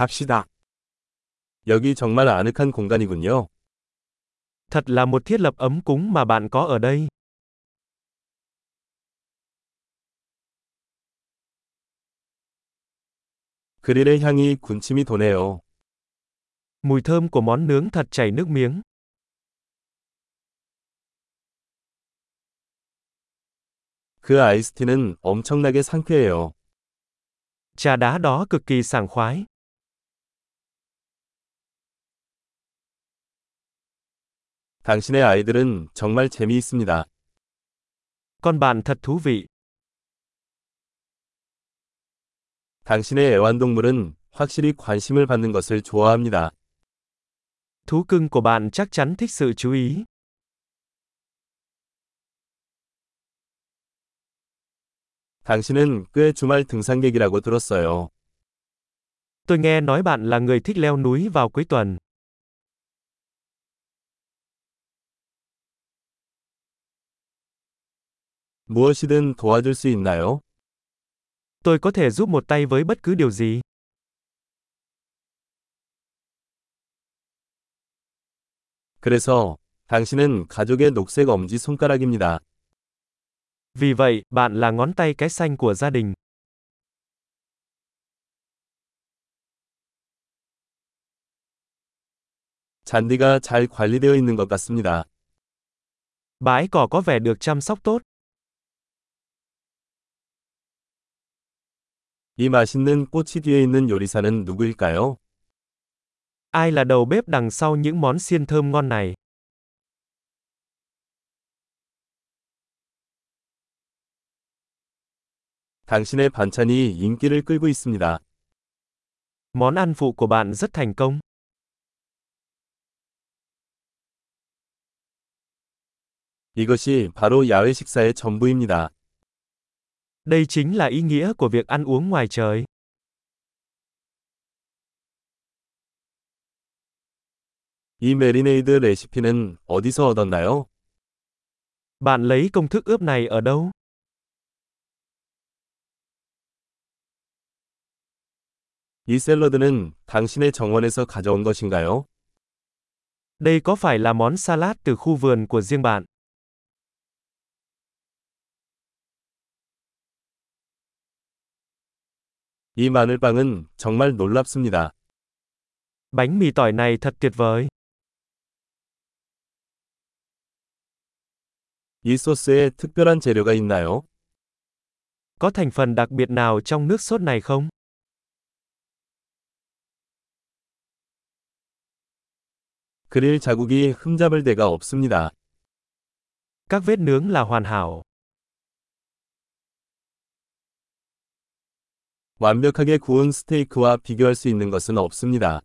갑시다. 여기 정말 아늑한 공간이군요. Thật là một thiết lập ấm cúng mà bạn có ở đây. 그릴의 향이 군침이 도네요. Mùi thơm của món nướng thật chảy nước miếng. 그 아이스티는 엄청나게 상쾌해요. Trà đá đó cực kỳ sảng khoái. 당신의 아이들은 정말 재미있습니다. Con bạn thật thú vị. 당신의 애완동물은 확실히 관심을 받는 것을 좋아합니다. Thú cưng của bạn chắc chắn thích sự chú ý. 당신은 꽤 주말 등산객이라고 들었어요. Tôi nghe nói bạn là người thích leo núi vào cuối tuần. 무엇이든 도와줄 수 있나요? Tôi có thể giúp một tay với bất cứ điều gì. 그래서 당신은 가족의 녹색 엄지 손가락입니다. Vì vậy, bạn là ngón tay cái xanh của gia đình. 잔디가 잘 관리되어 있는 것 같습니다. Bãi cỏ có vẻ được chăm sóc tốt. 이 맛있는 꽃이 뒤에 있는 요리사는 누구일까요? Ai là đầu bếp đằng sau những món xiên thơm ngon này? 당신의 반찬이 인기를 끌고 있습니다. Món ăn phụ của bạn rất thành công. 이것이 바로 야외 식사의 전부입니다. Đây chính là ý nghĩa của việc ăn uống ngoài trời. 이 메리네이드 레시피는 어디서 얻었나요? Bạn lấy công thức ướp này ở đâu? 이 샐러드는 당신의 정원에서 가져온 것인가요? Đây có phải là món salad từ khu vườn của riêng bạn? 이 마늘빵은 정말 놀랍습니다. Bánh mì tỏi này thật tuyệt vời. 이 소스에 특별한 재료가 있나요? Có thành phần đặc biệt nào trong nước sốt này không? 그릴 자국이 흠잡을 데가 없습니다. Các vết nướng là hoàn hảo. 완벽하게 구운 스테이크와 비교할 수 있는 것은 없습니다.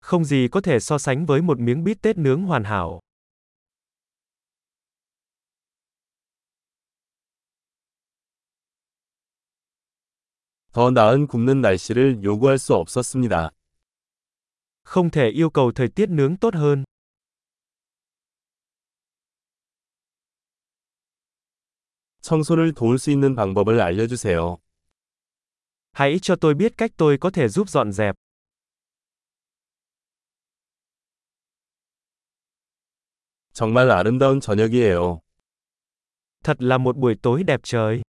Không gì có thể so sánh với một miếng bít tết nướng hoàn hảo. 더 나은 굽는 날씨를 요구할 수 없었습니다. Không thể yêu cầu thời tiết nướng tốt hơn. 청소를 도울 수 있는 방법을 알려주세요. Hãy cho tôi biết cách tôi có thể giúp dọn dẹp. 정말 아름다운 저녁이에요. Thật là một buổi tối đẹp trời.